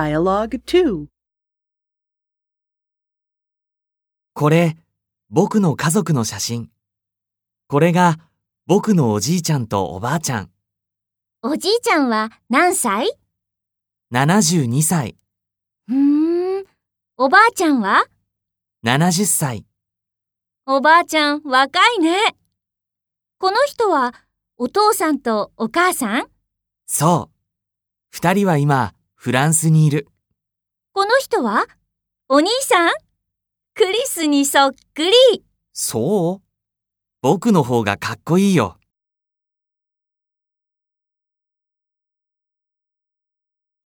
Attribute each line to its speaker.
Speaker 1: Dialogue 2.
Speaker 2: これ、僕の家族の写真。これが、僕のおじいちゃんとおばあちゃん、
Speaker 3: おじいちゃんは何歳
Speaker 2: 72歳、
Speaker 3: うーん。おばあちゃんは
Speaker 2: 70歳、
Speaker 3: おばあちゃん若いね。この人はお父さんとお母さん
Speaker 2: そう。二人は今、フランスにいる。
Speaker 3: この人はお兄さんクリスにそっくり。
Speaker 2: そう僕の方がかっこいいよ。